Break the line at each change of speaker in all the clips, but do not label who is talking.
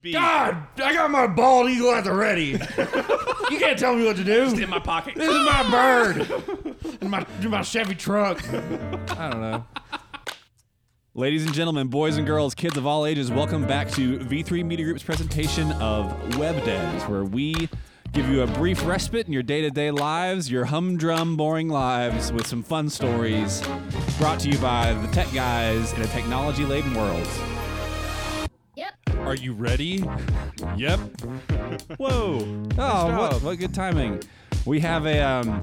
be
God, I got my bald eagle at the ready. you can't tell me what to do.
in my pocket.
This is my bird and my my Chevy truck.
I don't know. Ladies and gentlemen, boys and girls, kids of all ages, welcome back to V3 Media Group's presentation of Web Devs, where we give you a brief respite in your day to day lives, your humdrum, boring lives, with some fun stories brought to you by the tech guys in a technology laden world.
Yep.
Are you ready?
Yep.
Whoa! Oh, what, what good timing. We have a um,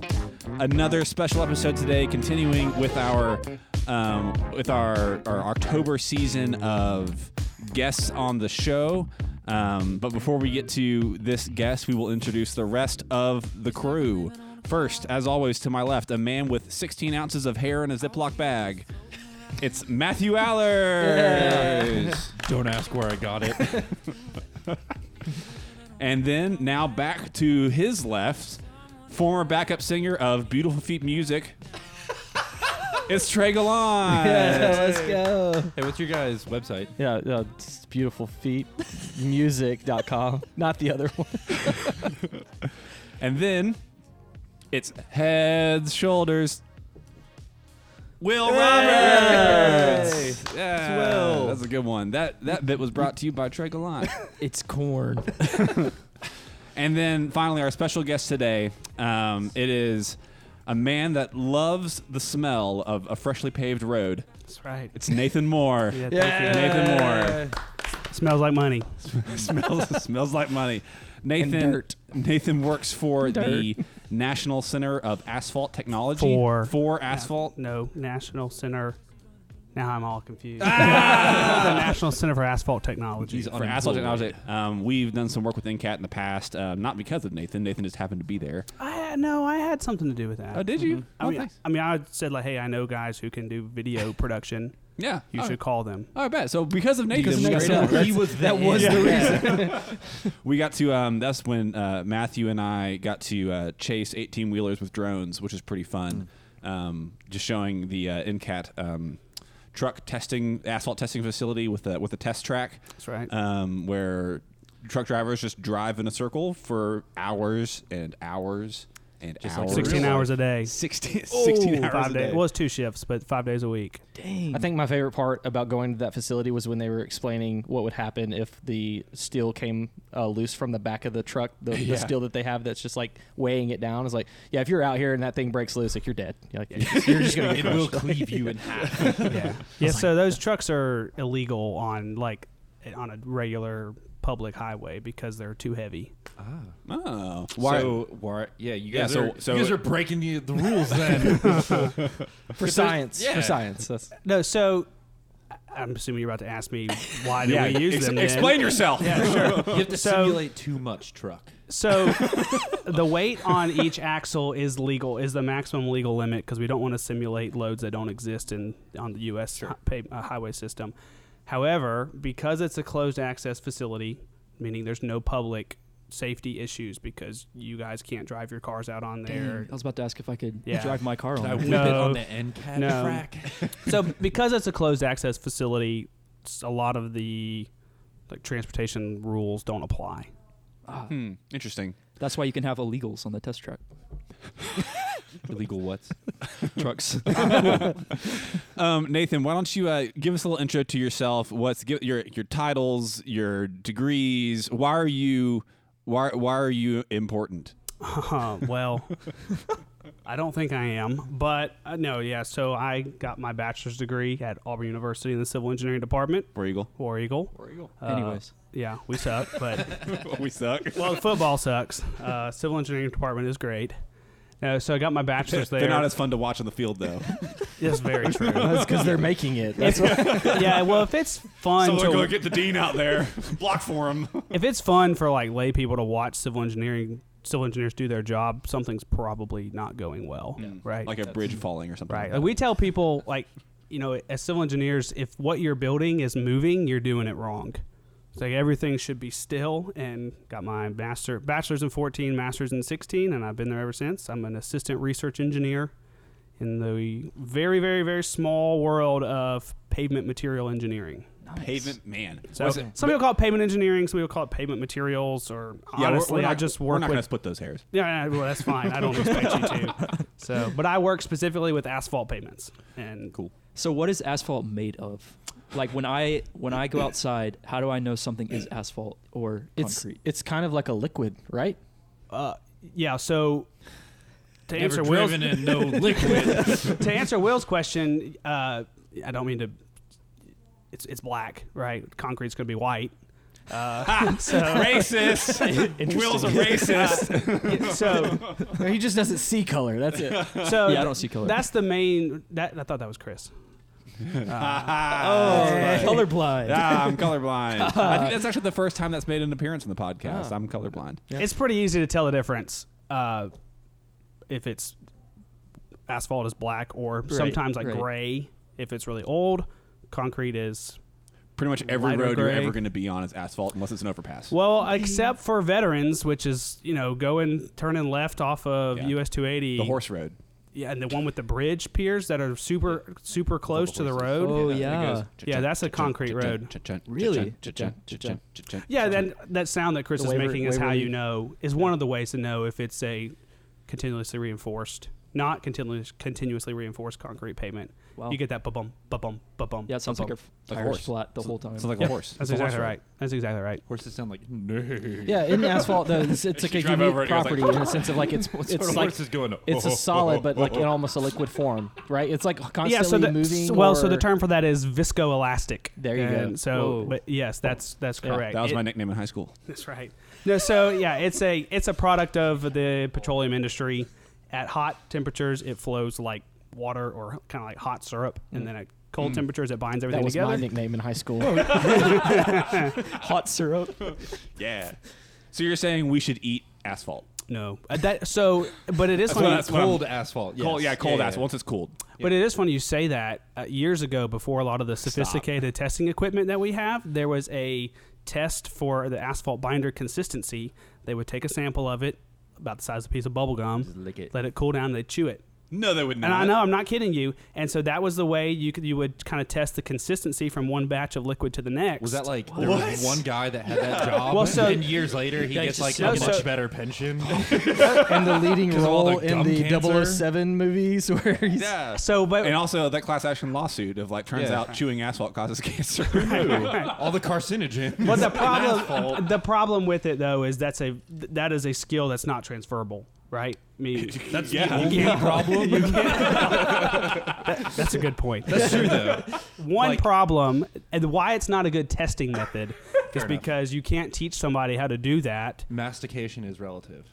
another special episode today, continuing with our um, with our, our October season of guests on the show. Um, but before we get to this guest, we will introduce the rest of the crew. First, as always, to my left, a man with 16 ounces of hair in a Ziploc bag. It's Matthew Allers.
Don't ask where I got it.
And then now back to his left, former backup singer of Beautiful Feet Music. it's Trey Gallant.
let's go.
Hey, what's your guys' website?
Yeah, no, it's beautifulfeetmusic.com. Not the other one.
And then it's heads, shoulders. Will Roberts. Yeah,
Will.
That's a good one. That that bit was brought to you by Trey Gallant.
It's corn.
And then finally, our special guest today. Um, it is a man that loves the smell of a freshly paved road.
That's right.
It's Nathan Moore. Nathan Moore.
Smells like money.
smells smells like money. Nathan
dirt.
Nathan works for the National Center of Asphalt Technology
For.
for asphalt.
No, National Center. Now I'm all confused. the National Center for Asphalt Technology.
For Ah! asphalt technology, um, we've done some work with NCAT in the past, um, not because of Nathan. Nathan just happened to be there.
I had, no, I had something to do with that.
Oh, did you?
I
Oh,
mean,
thanks.
I mean, I said like, hey, I know guys who can do video production.
Yeah,
You
oh,
should call them.
I bet. So because of Nathan, we got,
Straight
to-
up, that's- that was the reason.
we got to. Um, that's when uh, Matthew and I got to uh, chase eighteen wheelers with drones, which is pretty fun.
Mm.
Um, just showing the uh, NCAT um, truck testing asphalt testing facility with a with a test track.
That's right.
um, where truck drivers just drive in a circle for hours and hours and hours.
16 hours a day.
16, 16 hours
five
a
days.
day.
Well, it's two shifts, but five days a week.
I think my favorite part about going to that facility was when they were explaining what would happen if the steel came uh, loose from the back of the truck. The, the steel that they have that's just like weighing it down is like, yeah, if you're out here and that thing breaks loose, like you're dead. You're, like, you're just gonna get crushed.
cleave you in half.
yeah. Yeah. So those trucks are illegal on like on a regular public highway because they're too heavy.
Oh, why?
So, why, yeah, you
Yeah,
guys,
so-
are,
so-
you guys are breaking the, the rules then.
for science.
yeah.
For science. That's,
No, so I- I'm assuming you're about to ask me why do
yeah,
we use
ex-
them? then?
explain yourself.
you have to
So-
simulate too much truck.
So the weight on each axle is legal, is the maximum legal limit because we don't want to simulate loads that don't exist in on the U.S. hi- pave- uh, highway system. However, because it's a closed access facility, meaning there's no public safety issues because you guys can't drive your cars out on there.
I was about to ask if I could
Yeah.
drive my car on.
I
it.
whip it
No.
on the NCAT
No.
track.
so because it's a closed access facility, s- a lot of the like transportation rules don't apply.
Hmm, interesting.
That's why you can have illegals on the test track.
Illegal what?
Trucks. um, Nathan, why don't you uh, give us a little intro to yourself? What's give, your your titles, your degrees? Why are you why why are you important?
Uh, well, I don't think I am, but uh, no, yeah. So I got my bachelor's degree at Auburn University in the civil engineering department.
War Eagle.
War Eagle. Uh,
Anyways,
yeah, we suck, but
we suck.
well, football sucks. Uh, civil engineering department is great. No, so I got my bachelor's there.
They're not as fun to watch on the field though.
That's very true.
because they're making it. That's
yeah, well, if it's fun
Someone
to
go get the dean out there, block for him.
if it's fun for like lay people to watch civil engineering civil engineers do their job, something's probably not going well, right?
like a bridge falling or something.
Right.
Like
Like we tell people, like, you know, as civil engineers, if what you're building is moving, you're doing it wrong. It's like everything should be still. And got my master, bachelor's in 14, master's in 16, and I've been there ever since. I'm an assistant research engineer in the very, very, very small world of pavement material engineering.
pavement man.
So
Was it-
some people call it pavement engineering, some people call it pavement materials, or
yeah, we're-
honestly,
we're not,
I just
We're
work
not
with
gonna split those hairs.
Yeah, yeah, well, that's fine. I don't expect you to. So, but I work specifically with asphalt pavements, and cool.
So what is asphalt made of? Like when I when I go outside, how do I know something is asphalt or
It's
concrete?
it's kind of like a liquid, right?
Uh, yeah. So to answer
Never
Will's
driven in no liquid.
to answer Will's question, uh, I don't mean to. It's it's black, right? Concrete's going to be white. Uh, so,
racist. Will's a racist.
so
he just doesn't see color. That's it.
so
yeah, I don't see color.
that's the main. That I thought that was Chris. Oh.
Ah,
Colorblind.
ah, I'm colorblind. I think that's actually the first time that's made an appearance on the podcast.
Oh.
I'm colorblind.
Yeah.
It's pretty easy to tell the difference uh, if it's asphalt is black or sometimes like
right.
gray if it's really old. Concrete is
Pretty much every
Lighter
road you're
gray.
ever going to be on is asphalt unless it's an overpass.
well, except for veterans, which is you know going turning left off of
Yeah.
US 280,
the horse road.
yeah, and the one with the bridge piers that are super super close to the road.
Oh,
that-
yeah.
Uh,
it goes
Yeah, that's a concrete road.
Really?
Yeah, then that sound that Chris
The
is
waiver-
making is how
waiver-
you know is one of the ways to know if it's a continuously reinforced, not continuous, continuously reinforced concrete pavement.
Wow.
You get that ba-bum, ba-bum, ba-bum.
yeah, it sounds like a
Like a
tire
horse.
flat the whole time.
It's like
Yeah,
a horse.
That's
It's a
exactly
horse road.
right. That's exactly right.
Horses sound like
Yeah, in asphalt though, it's, it's like a
You drive over
unique
it, it goes
property
like-
in the sense of like it's
Sort
it's
of
like
horse is going.
Oh,
it's a solid, but like in almost a liquid form, right? It's like constantly
yeah, so the,
moving.
so- well, so the
or-
term for that is viscoelastic.
There you go.
And So,
Whoa.
but yes, that's that's
Yeah,
correct.
That was
It-
my nickname in high school.
That's right. No, so yeah, it's a it's a product of the petroleum industry. At hot temperatures, it flows like water or kind of like hot syrup, and then at cold temperatures, it binds everything
that was my
together.
nickname in high school.
hot syrup.
Yeah. So you're saying we should eat asphalt?
no, Uh, that so, but it is
That's
funny.
what- that's what I'm-
cold asphalt.
Cold, yeah,
yes.
cold asphalt. Once it's cooled.
But it is funny you say that. Uh, years ago, before a lot of the sophisticated testing equipment that we have, there was a test for the asphalt binder consistency. They would take a sample of it, about the size of a piece of bubble gum,
lick it.
let it cool down, and they chew it.
No, they would not.
And I know I'm not kidding you. And so that was the way you could you would kind of test the consistency from one batch of liquid to the next.
Was that like there was one guy that had that job?
Well, so-
and years later he
Yeah,
gets
he's
like
just
a
so-
much
so-
better pension.
and the leading
'Cause of all
role
the
in
gum
the
cancer.
007 movies where he's
Yeah.
so? But
and also that class action lawsuit of like turns
Yeah.
out chewing asphalt causes cancer.
All the carcinogen.
but the problem the problem with it though is that's a that is a skill that's not transferable, right? I mean,
That's
Yeah.
the only
Yeah.
problem.
that's a good point.
That's true though.
one
Like-
problem and why it's not a good testing method is because you can't teach somebody how to do that.
Mastication is relative.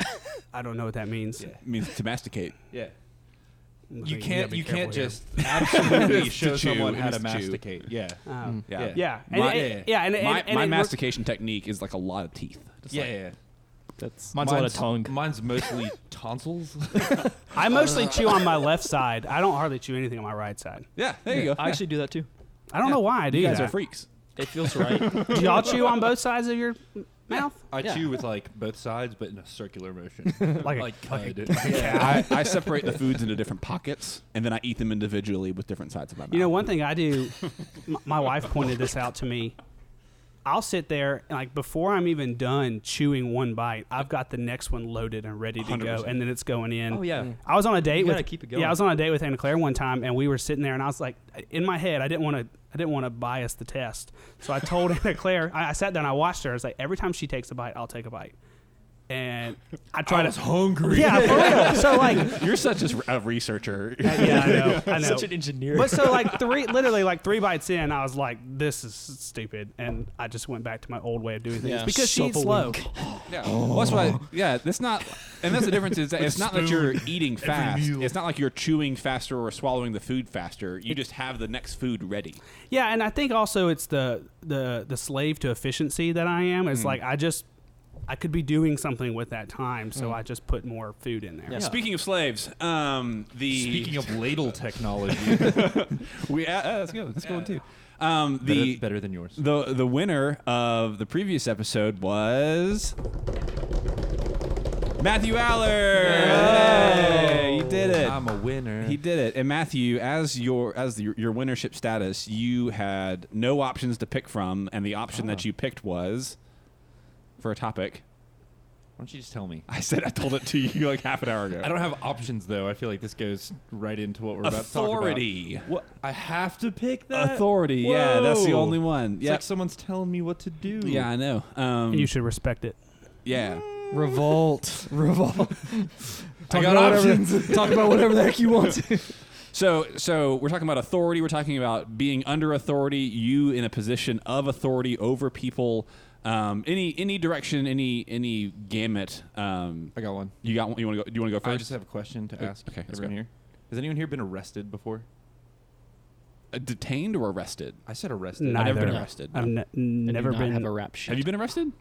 I don't know what that means.
Yeah.
means to masticate.
Yeah.
I
You
mean,
can't
gotta be
you can't
careful here.
just absolutely
It's
show
to chew,
someone
it
how
means
to
to chew.
masticate. Yeah.
Um,
Mm. Yeah.
Yeah.
yeah. And
My-
it- yeah, and, and,
my
and
my
it works-
mastication technique is like a lot of teeth. Just
Yeah,
like-
yeah, yeah.
that's
Mine's, a lot of tongue.
Mine's mostly tonsils.
I
Uh,
mostly chew on my left side. I don't hardly chew anything on my right side.
yeah. There you go.
I actually do that too.
I don't know why I do
you guys
that.
are freaks.
It feels right.
Do y'all chew on both sides of your m- mouth?
I
Yeah.
chew with like both sides, but in a circular motion,
Like a-
like
like
cud.
I, I separate the foods into different pockets and then I eat them individually with different sides of my mouth.
You know, one thing I do, m- my wife pointed this out to me. I'll sit there and like before I'm even done chewing one bite, I've got the next one loaded and ready to go,
100%.
and then it's going in.
oh yeah.
I was on a date
You
with
gotta keep it
yeah, I
going.
was on a date with Anna Claire one time, and we were sitting there, and I was like, in my head, I didn't want to, I didn't want to bias the test, so I told Anna Claire, I, I sat down, I watched her, I was like, every time she takes a bite, I'll take a bite, and I tried to,
hungry.
yeah, for real. So like, Uh,
You're such a, a researcher.
yeah, I know, I know.
Such an engineer.
but so like three, literally like three bites in, I was like, "This is stupid," and I just went back to my old way of doing things
Yeah.
because she's slow.
Shuffling.
Yeah.
Oh.
Well, that's what I, yeah, that's not, and that's the difference is that it's not that you're eating fast.
meal.
It's not like you're chewing faster or swallowing the food faster. You just have the next food ready.
Yeah, and I think also it's the the the slave to efficiency that I am.
Mm.
It's like I just I could be doing something with that time, so
Mm.
I just put more food in there.
Yeah.
Speaking of slaves, um, the
Speaking of ladle technology, better,
we uh, uh, that's good. That's going too. Um, the
better than yours.
the the winner of the previous episode was Matthew Aller. Hey, you did it.
I'm a winner.
He did it. And Matthew, as your as your, your winnership status, you had no options to pick from, and the option
Ah.
that you picked was for a topic.
Why don't you just tell me?
I said I told it to you like half an hour ago.
I don't have options though. I feel like this goes right into what we're
authority.
about to talk about. What I have to pick that
Authority. Yeah, that's the
Whoa.
only one.
It's
Yeah.
like someone's telling me what to do.
yeah, I know. Um,
You should respect it.
yeah.
Revolt. Revolt.
I
Talk
got
about whatever-
options.
Talk about whatever the heck you want.
So, so we're talking about authority. We're talking about being under authority. You in a position of authority over people. Um, any any direction, any any gamut. Um,
I got one.
you got one? You want to go? Do you want to go
I
first?
just have a question to
Okay,
ask
okay, let's
everyone
go.
here. Has anyone here been arrested before?
Uh, detained or arrested?
I said arrested.
Neither.
I,
never been arrested.
I've ne-
I do
never
not
been.
have a rap sheet.
Have you been arrested?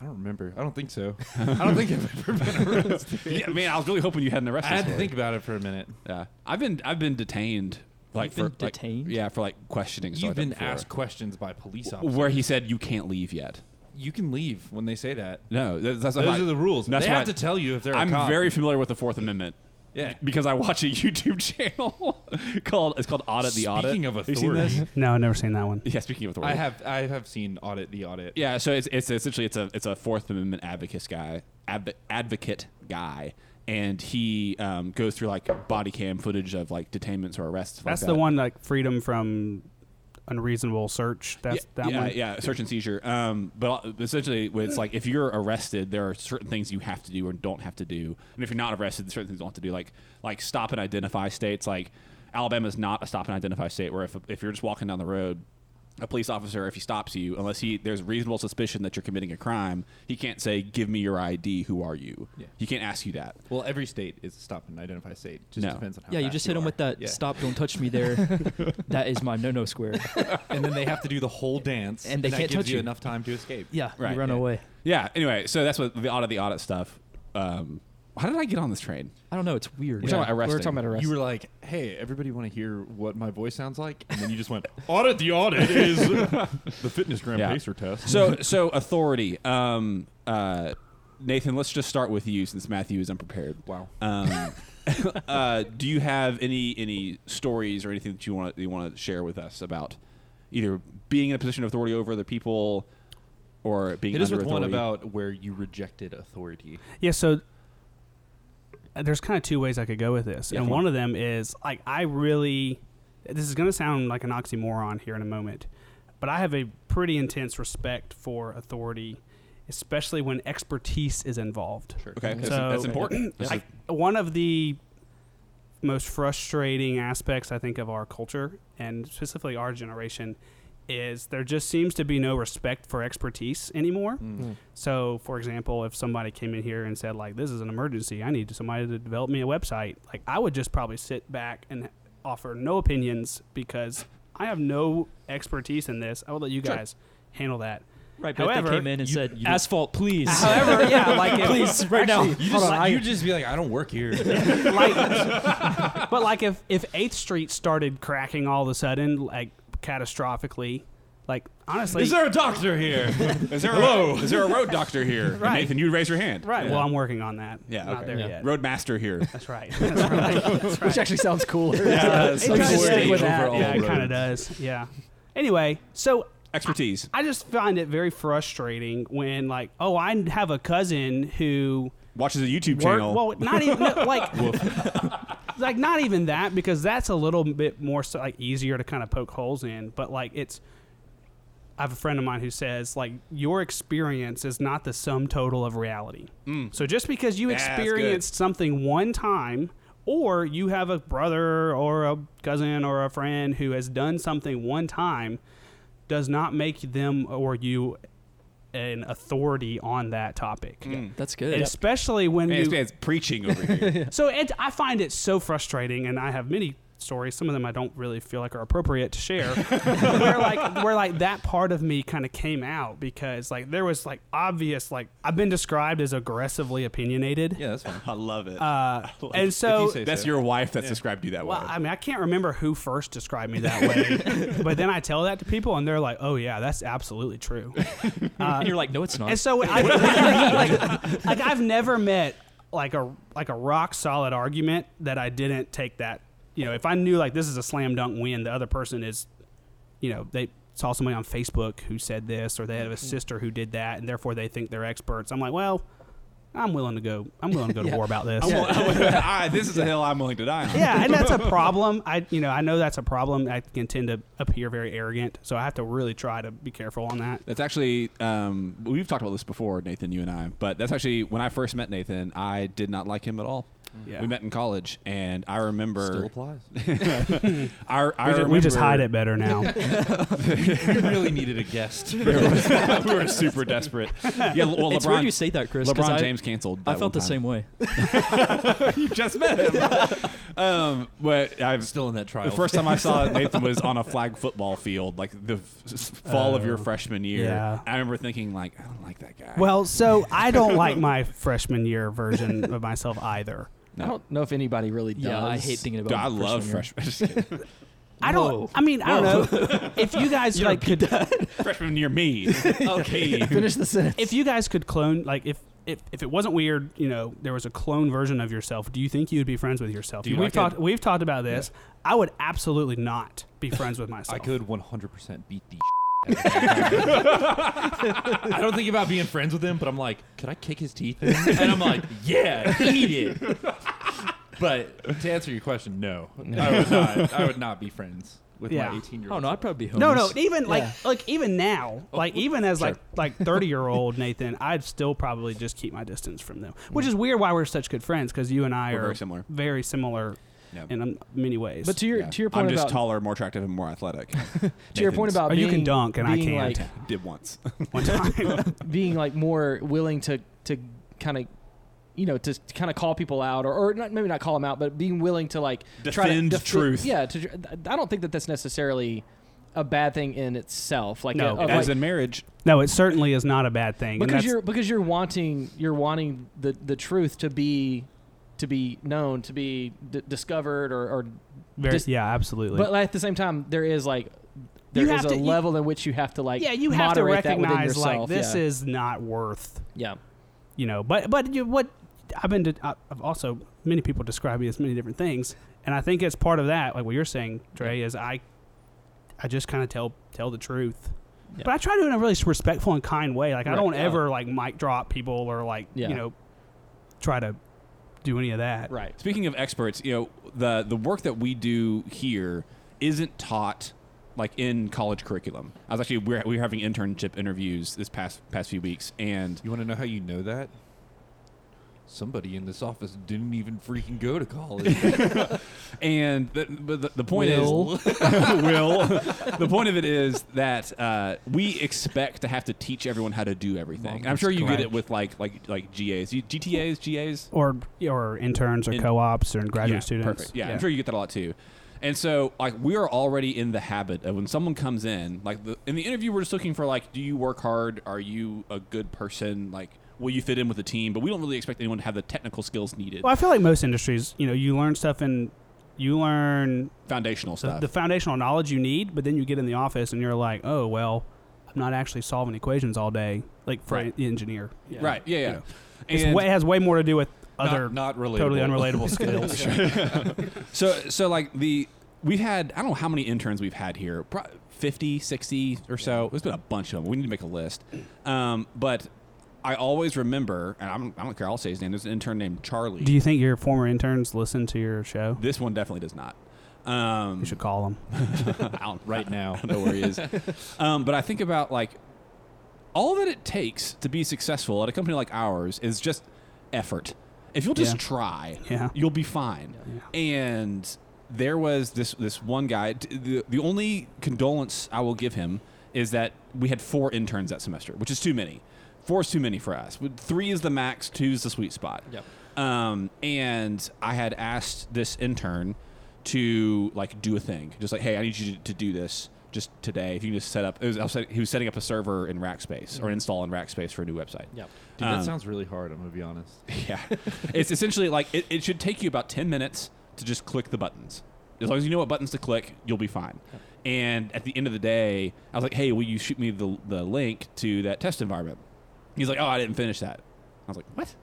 I don't remember. I don't think so. I don't think I've ever been arrested.
yeah, man, I was really hoping you hadn't
I
arrested.
had to
story.
think about it for a minute.
Yeah, I've been I've been detained. Like
been
for like-
detained?
yeah, for like questioning. stuff
You've
like that
been
before.
asked questions by police officers.
where he said you can't leave yet.
you can leave when they say that.
No, that's, that's
Those
not-
are the rules.
That's
they
why
have to tell you if they're. a
I'm
cop.
very familiar with the Fourth Amendment.
Yeah.
because I watch a YouTube channel called it's called Audit the Audit.
Speaking of
Have you seen this?
authority.
No, I've never seen that one.
Yeah, speaking of authority,
I have. I have seen audit the audit.
Yeah, so it's, it's essentially it's a it's a Fourth Amendment advocate guy, adv- advocate guy, and he um, goes through like body cam footage of like detainments or arrests.
That's
like
the
that.
one like freedom from unreasonable search. That's
yeah,
that
yeah,
one.
yeah, search and seizure. Um, but essentially, it's like if you're arrested, there are certain things you have to do or don't have to do, and if you're not arrested, certain things you don't have to do. Like like stop and identify states. Like Alabama's not a stop and identify state where if if you're just walking down the road. A police officer, if he stops you, unless he there's reasonable suspicion that you're committing a crime, he can't say, "Give me your ID. Who are you?"
Yeah.
He can't ask you that.
Well, every state is a stop and identify state. Just
No.
depends on how.
Yeah, you
fast
just hit him
are.
with that
Yeah.
stop, don't touch me there. that is my no no square.
and then they have to do the whole dance,
And they
that
can't
gives
touch
you
you.
enough time to escape.
Yeah,
Right,
you run
yeah.
away.
Yeah. Anyway, so that's what the audit the audit stuff. Um, how did I get on this train?
I don't know, it's weird.
We're talking about
We were talking
arresting.
about arrest.
You were like, "Hey, everybody, want to hear what my voice sounds like?" And then you just went, "Audit the audit is the fitness gram
Yeah.
pacer test."
So so authority. Um, uh, Nathan, let's just start with you since Matthew is unprepared.
Wow.
Um, uh, do you have any any stories or anything that you want you want to share with us about either being in a position of authority over other people or being
It is
under
with one
authority?
about where you rejected authority.
Yeah, so uh, there's kind of two ways I could go with this.
Yeah,
and
come
one of them is like I really this is going to sound like an oxymoron here in a moment, but I have a pretty intense respect for authority, especially when expertise is involved.
Sure.
okay that's,
So-
that's important. That's
I, one of the most frustrating aspects I think of our culture and specifically our generation is there just seems to be no respect for expertise anymore.
Mm-hmm. Hmm.
Mm.
So, for example, if somebody came in here and said like this is an emergency, I need somebody to develop me a website, like I would just probably sit back and offer no opinions because I have no expertise in this. I will let you guys handle that.
Right, but
but if they
they
However,
came in and
you-
said,
said, you-
asphalt, please.
However, yeah, like if,
please, right now.
You just, you just be like, "I don't work here."
like, but like if if Eighth Street started cracking all of a sudden, like catastrophically, like honestly,
Is there a doctor here?
Is there a road, is there a road doctor here?
Right.
Nathan, you raise your hand.
right? Well, I'm working on that.
Yeah,
not
okay.
there
Yeah.
yet.
Road master here.
That's right. That's right. That's right.
Which actually sounds cooler.
Yeah,
It kinda
authority
stick with that.
over all
Yeah, it kind
roads.
of does. Yeah. Anyway, so
Expertise.
I just find it very frustrating when like, oh, I have a cousin who
Watches a YouTube
Work-
channel.
Well, not even no, like like not even that because that's a little bit more so, like easier to kind of poke holes in. But like it's, I have a friend of mine who says like your experience is not the sum total of reality. So just because you
Mm. That's good.
experienced something one time. Or you have a brother or a cousin or a friend who has done something one time does not make them or you an authority on that topic.
Mm.
That's good.
And especially when
Man,
you,
it's, it's preaching over here.
so it, I find it so frustrating, and I have many stories. Some of them I don't really feel like are appropriate to share. where like where like that part of me kind of came out because like there was like obvious like I've been described as aggressively opinionated.
Yeah, that's fine.
I love it.
Uh, and so
say
That's your wife that's described you that way.
well, I mean, I can't remember who first described me that way, but then I tell that to people, and they're like, "Oh yeah, that's absolutely true."
and you're like, no, it's not.
And so I, like, like I've never met like a like a rock solid argument that I didn't take that. You know, if I knew like this is a slam dunk win, the other person is, you know, they saw somebody on Facebook who said this, or they have a sister who did that, and therefore they think they're experts. I'm like, well, I'm willing to go. I'm willing to go to war about this.
I'm wi- I'm wi- I- this is a hill I'm willing to die on.
yeah, and that's a problem. I you know I know that's a problem. I can tend to appear very arrogant, so I have to really try to be careful on that.
That's actually um, we've talked about this before, Nathan, you and I. But that's actually when I first met Nathan. I did not like him at all.
Yeah.
We met in college, and I remember
Still applies.
I, I
We just, we just
remember-
hide it better now.
you really needed a guest.
we were super desperate. Yeah, well,
it's
LeBron,
weird you say that, Chris. 'cause
LeBron
I-
James canceled.
I
that
felt the
one
same way.
time. you just met him. um, but I've
Still in that trial.
The first time I saw Nathan was on a flag football field, like the f- s- fall of your
Oh,
freshman year.
yeah.
I remember thinking, like, I don't like that guy.
Well, so I don't like my freshman year version of myself either.
No.
I don't know if anybody really does.
Yeah, I hate thinking
Dude,
about.
I love freshman. just kidding.
I don't.
Whoa.
I mean, I don't know if you guys like could
freshman year, me. okay.
Finish the sentence.
if you guys could clone like if. If, if it wasn't weird, you know, there was a clone version of yourself. Do you think you'd be friends with yourself?
Dude,
we've
I could-
talked we've talked about this. I would absolutely not be friends with myself.
I could 100% beat the. I don't think about being friends with him, but I'm like, could I kick his teeth? in? And I'm like, yeah, eat it. But to answer your question, no, I would not. I would not be friends with
Yeah.
my 18 year
Oh
old.
no, I'd probably be homeless.
No, no, even like
Yeah.
like even now, like even as like like 30 year old Nathan, I'd still probably just keep my distance from them. Which is weird why we're such good friends cuz you and I
We're
are
very similar.
very similar
Yeah.
in um, many ways.
but to your
Yeah.
to your
I'm
point
just
about
taller, more attractive, and more athletic.
to your point about
Oh,
uh, being,
you can dunk and I
being,
can't.
like,
did once.
one time.
being like more willing to to kind of you know to, kind of call people out or, or not, maybe not call them out but being willing to like try to
Defend
defe-
truth.
yeah to, tr- i don't think that that's necessarily a bad thing in itself like
No,
a- of,
it
Oh, like-
As in marriage,
no, it certainly is not a bad thing. and
because
that's-
you're because you're wanting you're wanting the the truth to be to be known to be d- discovered or, or
very,
just-
yeah, absolutely.
but at the same time there is like there
You
is
have
a
to- you-
level in which you have to like
yeah, you have to
moderate that within
recognize
yourself
like this
yeah.
is not worth,
yeah
you know. But but you, what I've been to, I- I've also many people describe me as many different things, and I think it's part of that. Like what you're saying, Dre, is I I just kind of tell tell the truth.
Yeah.
But I try to in a really respectful and kind way. Like I
Right,
don't
yeah.
ever like mic drop people or like
Yeah.
you know try to do any of that.
right
Speaking of experts, you know the the work that we do here isn't taught like in college curriculum. I was actually we're, we were having internship interviews this past past few weeks, and
You want to know how you know that? Somebody in this office didn't even freaking go to college.
and the, but the, the point
Will.
is will the point of it is that uh, we expect to have to teach everyone how to do everything. And I'm sure you get it with like like like GAs, You- GTAs, GAs.
Or or interns or
In-
co-ops or graduate students.
Perfect. Yeah, I'm sure you get that a lot too. And so, like, we are already in the habit of when someone comes in, like, the, in the interview, we're just looking for, like, do you work hard? Are you a good person? Like, will you fit in with the team? But we don't really expect anyone to have the technical skills needed,
Well, I feel like most industries, you know, you learn stuff and you learn
foundational
the,
stuff.
the foundational knowledge you need, but then you get in the office and you're like, oh, well, I'm not actually solving equations all day, like for
Right.
an engineer. Yeah.
Right. Yeah. Yeah.
It's
And-
way, it has way more to do with other
not, not relatable.
totally unrelatable skills.
So, so like the we've had I don't know how many interns we've had here, pro- 50, 60 or so. There's been a bunch of them. We need to make a list. Um, but I always remember, and I'm, I don't care. I'll say his name. There's an intern named Charlie.
do you think your former interns listen to your show?
this one definitely does not. Um,
You should call them.
I don't,
right now.
I don't know where he is. um, but I think about like all that it takes to be successful at a company like ours is just effort. If you'll just
Yeah.
try,
Yeah.
you'll be fine. And there was this this one guy. t- The, the only condolence I will give him is that we had four interns that semester, which is too many. Four is too many for us. With- Three is the max. Two is the sweet spot.
Yep.
Um, and I had asked this intern to like do a thing. Just like, hey, I need you to, to do this just today. If you can just set up, it was, I was set- he was setting up a server in Rackspace or an install in Rackspace for a new website.
Yep.
Dude,
Um,
that sounds really hard. I'm gonna be honest.
Yeah. it's essentially like it, it should take you about 10 minutes to just click the buttons. As long as you know what buttons to click, you'll be fine. And at the end of the day, I was like, hey, will you shoot me the, the link to that test environment? He's like, oh, I didn't finish that. I was like, what?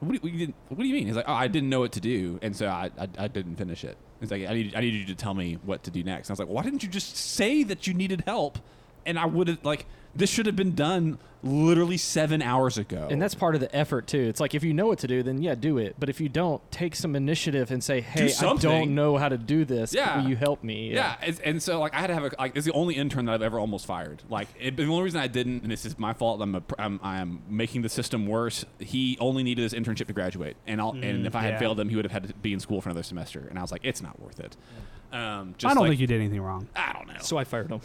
What do, you- you didn't, what do you mean? He's like, oh, I didn't know what to do, and so I, I, I didn't finish it. He's like, I need, I need you to tell me what to do next. And I was like, why didn't you just say that you needed help? And I would have like this should have been done literally seven hours
Oh.
ago.
And that's part of the effort too. It's like if you know what to do, then yeah, do it. But if you don't, take some initiative and say, "Hey, I
something.
don't know how to do this.
Yeah.
Will you help me?"
Yeah, and, and so like I had to have a like it's the only intern that I've ever almost fired. Like it, the only reason I didn't, and this is my fault. I'm a, pr- I'm I'm making the system worse. He only needed his internship to graduate, and I'll, and if I had
Mm, yeah.
failed him, he would have had to be in school for another semester. And I was like, it's not worth it. Um, just
I don't
like,
think you did anything wrong.
I don't know.
So I fired him.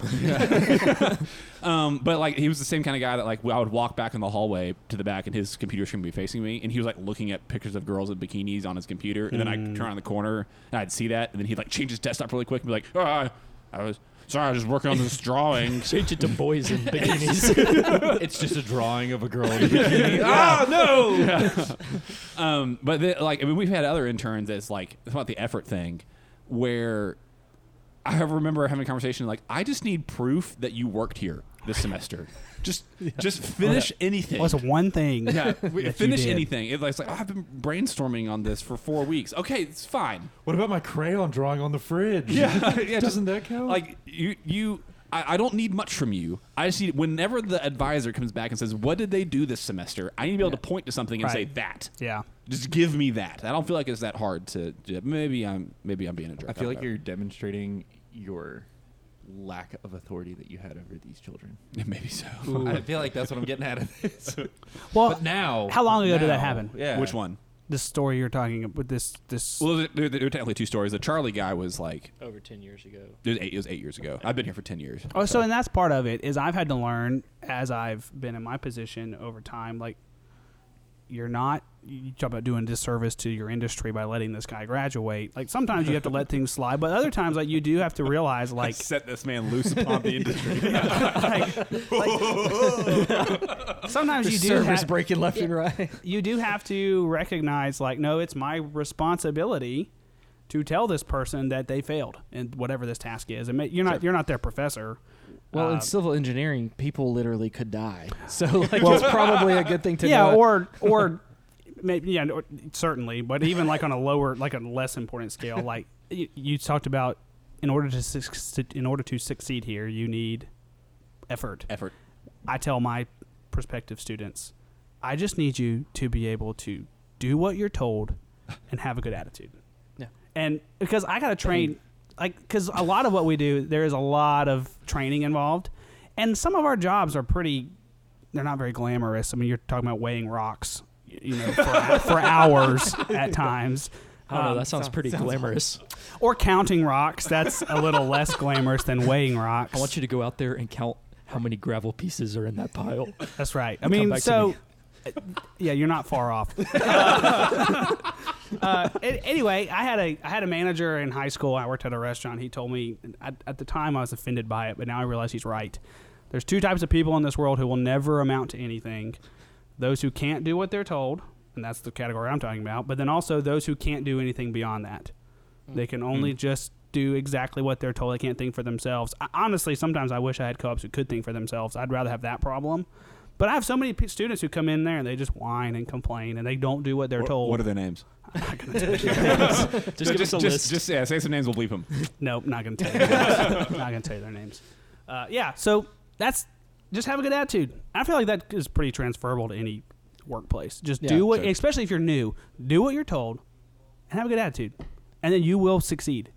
Um, but like he was the same kind of guy that like I would walk back in the hallway to the back, and his computer screen would be facing me, and he was like looking at pictures of girls in bikinis on his computer, and then I would turn around the corner and I'd see that, and then he'd like change his desktop really quick and be like, ah, I was sorry, I was just working on this drawing.
Change it to boys in bikinis.
it's just a drawing of a girl. in a bikini.
Ah, no. um, but the, like, I mean, we've had other interns that's like it's about the effort thing, where I have- remember having a conversation like, I just need proof that you worked here this semester. just, just finish anything.
What's one thing?
yeah,
you
finish
did.
anything. It, like, it's like oh, I've been brainstorming on this for four weeks. Okay, it's fine.
What about my crayon drawing on the fridge?
Yeah, yeah,
doesn't that count?
Like you, you. I, I don't need much from you. I just need whenever the advisor comes back and says, "What did they do this semester?" I need to be able to point to something and say
Right.
that.
Yeah.
Just give me that. I don't feel like it's that hard to. to- Maybe I'm. Maybe I'm being a jerk.
I feel like
don't know.
you're demonstrating your lack of authority that you had over these children.
Maybe so.
I feel like that's what I'm getting at of this.
Well,
but now,
how long ago did that
now-
happen?
Yeah.
Which one?
this story you're talking about, this this
Well, there, there were technically two stories. The Charlie guy was like
Over ten years ago.
it was eight, it was eight years ago. I've been here for ten years.
Oh, so and that's part of it is I've had to learn as I've been in my position over time. Like, you're not you talk about doing disservice to your industry by letting this guy graduate. Like sometimes you have to let things slide, but other times like you do have to realize like
set this man loose upon the industry.
sometimes you do
Servers
ha-
breaking left and right.
you do have to recognize like no, it's my responsibility to tell this person that they failed in whatever this task is. And you're not you're not their professor.
Well,
Um,
Uh,
in civil engineering, people literally could die. So like, it's probably a good thing to
yeah,
not-
or or maybe yeah, or, certainly, but even like on a lower, like a less important scale, like you, you talked about, in order to suc- in order to succeed here, you need effort.
Effort.
I tell my prospective students, I just need you to be able to do what you're told and have a good attitude.
Yeah.
And because I got to train, like, because a lot of what we do, there is a lot of training involved. And some of our jobs are pretty, they're not very glamorous. I mean, you're talking about weighing rocks, y- you know, for, for hours at times.
I don't know.
Um,
That sounds pretty glamorous.
or counting rocks. That's a little less glamorous than weighing rocks.
I want you to go out there and count how many gravel pieces are in that pile.
That's right. I
Come
mean,
back to
so
me.
uh, yeah, you're not far off. uh, a- anyway, I had a I had a manager in high school. I worked at a restaurant. He told me at, at the time I was offended by it, but now I realize he's right. There's two types of people in this world who will never amount to anything: those who can't do what they're told, and that's the category I'm talking about. But then also those who can't do anything beyond that. They can only just do exactly what they're told. They can't think for themselves. I, honestly, sometimes I wish I had co-ops who could think for themselves. I'd rather have that problem. But I have so many p- students who come in there and they just whine and complain and they don't do what they're told.
What are their names?
Just give us a
just,
list.
just yeah, say some names. We'll bleep them.
Nope, not gonna tell you. their names. not gonna tell you their names. Uh, yeah, so that's just have a good attitude. I feel like that is pretty transferable to any workplace. Just
Yeah,
do what,
sure.
especially if you're new, do what you're told, and have a good attitude, and then you will succeed.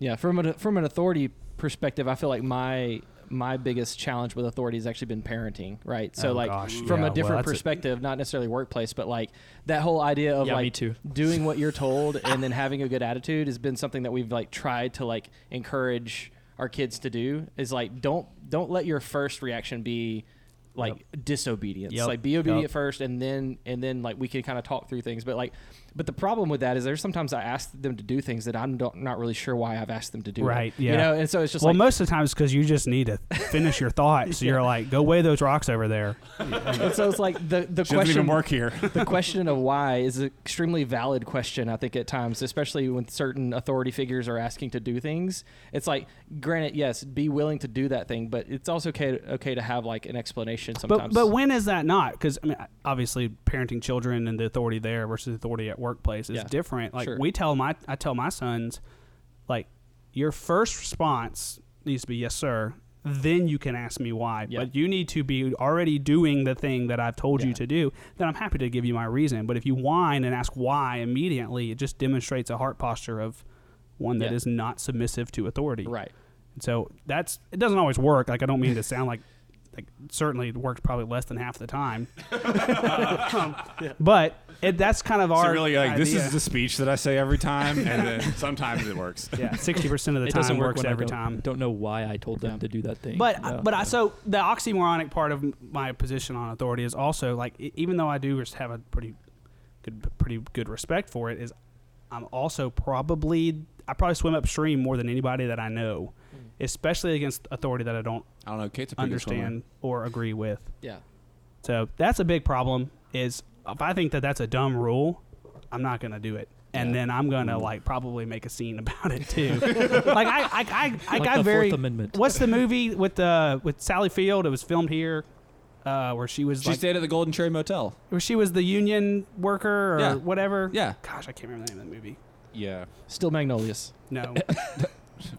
Yeah, from an from an authority perspective, I feel like my my biggest challenge with authority has actually been parenting, right? So
Oh,
like
gosh,
from
yeah, well,
a different
that's a-
perspective, not necessarily workplace, but like that whole idea of
Yeah, me
like
too.
doing what you're told and then having a good attitude has been something that we've like tried to like encourage our kids to do is like don't don't let your first reaction be like disobedience.
Yep.
Like be obedient
Yep.
first, and then and then like we can kind of talk through things. But like, but the problem with that is there's sometimes I ask them to do things that I'm don't, not really sure why I've asked them to do.
Right,
You
yeah.
know, and so it's just
well,
like
most of the time it's because you just need to finish your thought. So you're like, go weigh those rocks over there.
and so it's like the the
She doesn't
question
even work here.
the question of why is an extremely valid question i think at times especially when certain authority figures are asking to do things it's like granted yes be willing to do that thing but it's also okay okay to have like an explanation
But
sometimes
but when is that not? Because I mean, obviously, parenting children and the authority there versus authority at workplace is
Yeah.
different. Like
Sure.
we tell my I tell my sons, like your first response needs to be yes sir. Then you can ask me why,
Yeah.
but you need to be already doing the thing that I've told you
Yeah.
to do. Then I'm happy to give you my reason. But if you whine and ask why immediately, it just demonstrates a heart posture of one that is
Yeah.
not submissive to authority.
right
And so that's it doesn't always work. Like I don't mean to sound like like certainly it works probably less than half the time. Um, But it, that's kind of our
so really, like this is
idea.
the speech that I say every time, and then sometimes it works.
yeah sixty percent of the
it
time
doesn't work
works
when I
every
don't-
time.
Don't know why I told them
Yeah.
to do that thing.
But
Yeah.
but I so the oxymoronic part of my position on authority is also like e- even though I do res- have a pretty good pretty good respect for it is I'm also probably I probably swim upstream more than anybody that I know, especially against authority that I don't
I don't know. Kate's a pretty good swimmer.
understand or agree with.
yeah
So that's a big problem. Is if I think that that's a dumb rule, I'm not gonna do it, and
Yeah.
then I'm gonna like probably make a scene about it too. like I, I, I, I
Like
got
the
very.
Fourth Amendment.
What's the movie with the with Sally Field? It was filmed here, uh, where she was
She
like,
stayed at the Golden Cherry Motel.
where she was the union worker or
Yeah.
whatever.
Yeah.
Gosh, I can't remember the name of the movie.
Yeah.
still magnolias
No.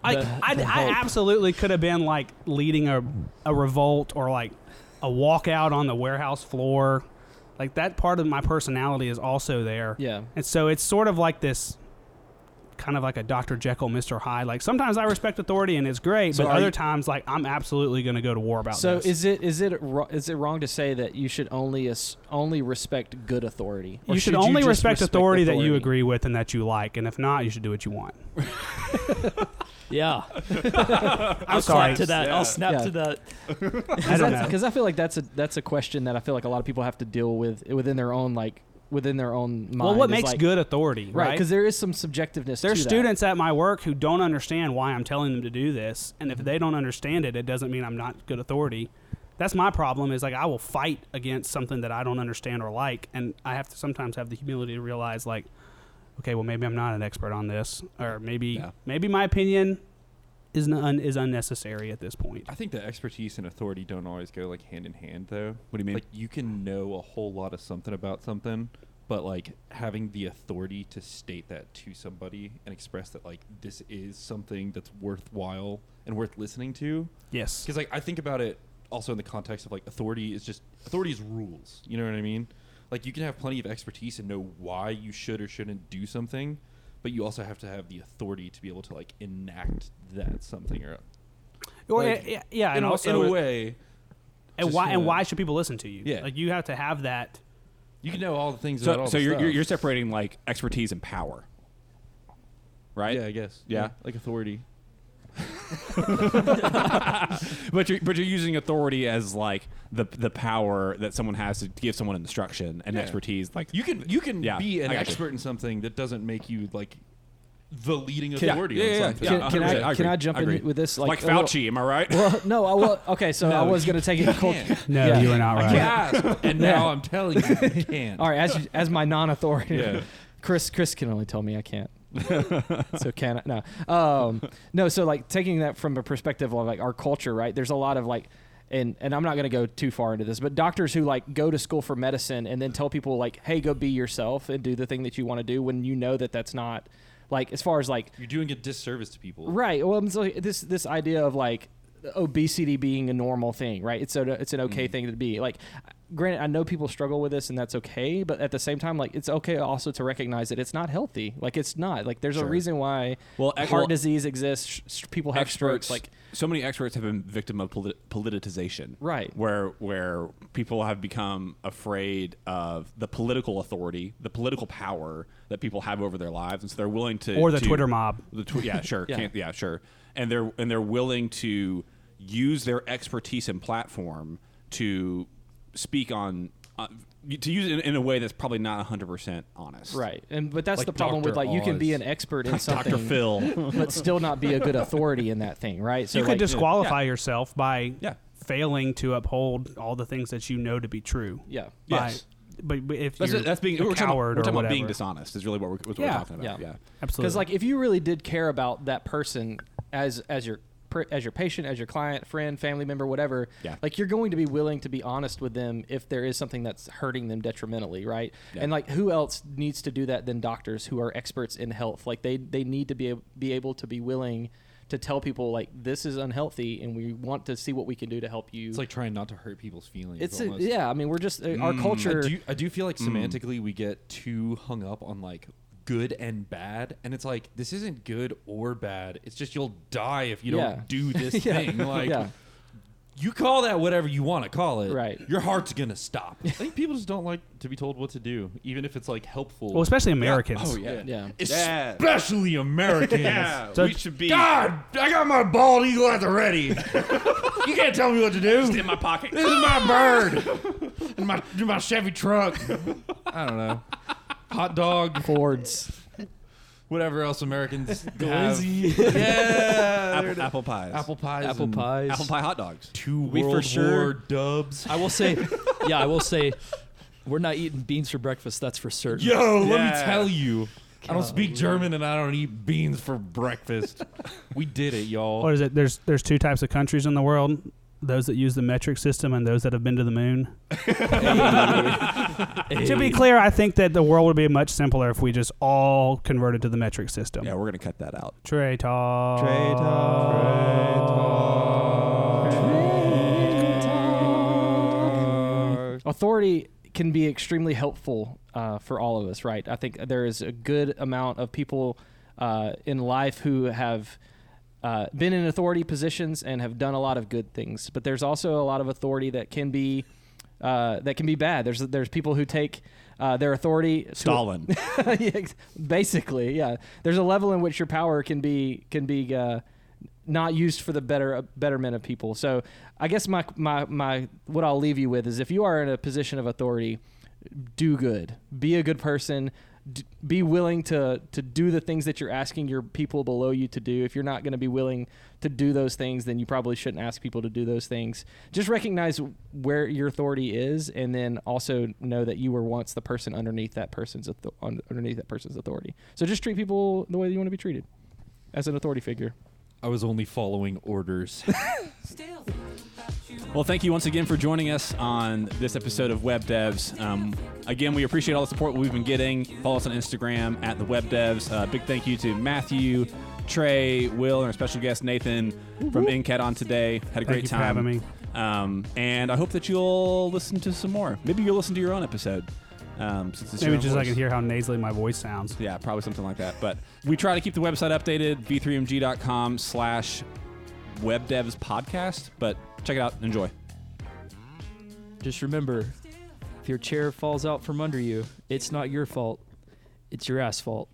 I, I, I absolutely could have been like leading a, a revolt or like a walkout on the warehouse floor. Like that part of my personality is also there.
yeah
And so it's sort of like this kind of like a Dr. Jekyll, Mr. Hyde. Like sometimes I respect authority and it's great,
So
but
are
other
you-
times like I'm absolutely going to go to war about
so
this.
is it is it ro- is it wrong to say that you should only as- only respect good authority Or
you should,
you
only
just
respect, authority, that you agree with and that you like, and if not, you should do what you want.
yeah,
I'm
snap
sorry.
to that. I'll snap
Yeah.
to that.
I don't know.
because I feel like that's a that's a question that I feel like a lot of people have to deal with within their own like within their own mind
Well, what
is,
makes
like-
good authority,
right
right?
because there is some subjectiveness
There's
to that.
students at my work who don't understand why I'm telling them to do this, and
Mm-hmm.
if they don't understand it, it doesn't mean I'm not good authority. That's my problem. Is like I will fight against something that I don't understand or like, and I have to sometimes have the humility to realize like, okay, well maybe I'm not an expert on this, or maybe
Yeah.
maybe my opinion is un- is unnecessary at this point.
I think that expertise and authority don't always go like hand in hand, though.
What do you mean?
Like you can know a whole lot of something about something, but like having the authority to state that to somebody and express that like this is something that's worthwhile and worth listening to.
Yes.
Because like I think about it also in the context of like authority is just authority is rules. You know what I mean? Like you can have plenty of expertise and know why you should or shouldn't do something, but you also have to have the authority to be able to like enact that something or
Or,
like,
yeah, yeah,
in,
and
a,
also
in a way.
and
just,
why and
uh,
why should people listen to you?
Yeah.
Like you have to have that.
You can know all the things about
So,
all
so
the
you're,
stuff.
you're you're separating like expertise and power, right?
Yeah, I guess.
Yeah.
Like authority.
But you're but you're using authority as like the the power that someone has to give someone instruction and
Yeah.
expertise. Like
You can you can
Yeah,
be an
I got you.
expert in something that doesn't make you like the leading
Yeah.
authority
Yeah, yeah,
on
yeah.
something.
Can- can I-
100%.
can I
agree.
jump in
agree.
with this, like,
like
a little-
Fauci? Am I right?
Well, no, I will. Okay, so I was gonna take it. Cold.
No,
Yeah.
you are not right.
Gasp. and now I'm telling you, you can't.
All right, as you- as my non-authority,
Yeah.
Chris Chris can only tell me I can't. so can I? No, um, no. So like taking that from a perspective of like our culture, right? There's a lot of like. And, and I'm not going to go too far into this, but doctors who like go to school for medicine and then tell people like, "Hey, go be yourself and do the thing that you want to do," when you know that that's not like as far as like
You're doing a disservice to people.
Right. Well, it's like this this idea of like obesity being a normal thing, right? It's a it's an okay thing to be. Like, granted, I know people struggle with this, and that's okay. But at the same time, like, it's okay also to recognize that it's not healthy. Like, it's not. Like, there's a reason why
Well, ec-
heart
well,
disease exists. sh- sh- People have strokes. Like,
so many experts have been victim of polit- politicization
Right.
where where people have become afraid of the political authority the political power that people have over their lives and so they're willing to
Or the
to-
Twitter mob.
the tw- yeah sure
Yeah.
Can't, yeah sure and they're and they're willing to use their expertise and platform to speak on uh, to use it in, in a way that's probably not 100% honest.
Right, and but that's
Like
the problem with
Dr.
like you can be
Oz.
an expert in something,
Phil.
but still not be a good authority in that thing, right? So
you could
like,
disqualify yourself by
Yeah.
failing to uphold all the things that you know to be true.
yeah,
Yes.
By, but but if
That's,
you're
that's being
a
we're talking,
coward
we're
or
talking
whatever,
about being dishonest is really what we're, is what we're
Yeah.
talking about.
Yeah.
yeah.
absolutely.
because like if you really did care about that person as as your per- as your patient, as your client, friend, family member, whatever,
Yeah.
like you're going to be willing to be honest with them if there is something that's hurting them detrimentally, right?
Yeah.
And like who else needs to do that than doctors who are experts in health? Like they they need to be ab- be able to be willing to tell people like this is unhealthy and we want to see what we can do to help you.
It's like trying not to hurt people's feelings.
it's a,
almost.
yeah, I mean we're just uh, our culture
Mm,
Mm.
I do, I do feel like semantically we get too hung up on like good and bad, and it's like this isn't good or bad. It's just you'll die if you
Yeah.
don't do this
Yeah.
thing. Like
Yeah.
you call that whatever you want to call it.
Right.
Your heart's gonna stop. I think people just don't like to be told what to do, even if it's like helpful.
well, especially Americans.
oh yeah.
yeah.
Yeah.
Especially Americans.
Yeah,
So-
we should be
God, I got my bald eagle at the ready. you can't tell me what to do.
in my pocket.
This is my bird. and my my Chevy truck.
I don't know. Hot dog,
Fords.
whatever else Americans have. Yeah.
Apple, apple pies.
Apple pies.
Apple
and
pies.
Apple pie hot dogs.
Two
We for
World
sure-
War dubs.
I will say, yeah, I will say, we're not eating beans for breakfast. That's for certain.
Yo, let
Yeah.
me tell you. I don't speak German and I don't eat beans for breakfast. we did it, y'all.
What is it? There's there's two types of countries in the world: those that use the metric system and those that have been to the moon. To be clear, I think that the world would be much simpler if we just all converted to the metric system.
Yeah, we're gonna cut that out.
Traitor.
authority can be extremely helpful uh, for all of us, right? I think there is a good amount of people uh, in life who have uh, been in authority positions and have done a lot of good things, but there's also a lot of authority that can be uh, that can be bad. There's there's people who take uh, their authority to-
Stalin.
Yeah, ex- basically, yeah. There's a level in which your power can be can be uh, not used for the better uh, betterment of people. So, I guess my my my what I'll leave you with is if you are in a position of authority, do good. Be a good person. D- be willing to to do the things that you're asking your people below you to do. If you're not going to be willing to do those things, then you probably shouldn't ask people to do those things. Just recognize where your authority is, and then also know that you were once the person underneath that person's author- un- underneath that person's authority. So just treat people the way that you want to be treated, as an authority figure.
I was only following orders.
Well, thank you once again for joining us on this episode of Web Devs. Um, again, we appreciate all the support we've been getting. Follow us on Instagram at the Web Devs. Uh, big thank you to Matthew, Trey, Will, and our special guest Nathan from NCAT on today. Had a great
you for
time
having me.
Um, and I hope that you'll listen to some more. Maybe you'll listen to your own episode. Um, since it's your
Maybe
own
just so I
voice.
can hear how nasally my voice sounds.
Yeah, probably something like that. But we try to keep the website updated, v3mg.com slash webdevs podcast. But check it out. Enjoy.
Just remember, if your chair falls out from under you, it's not your fault. It's your ass fault.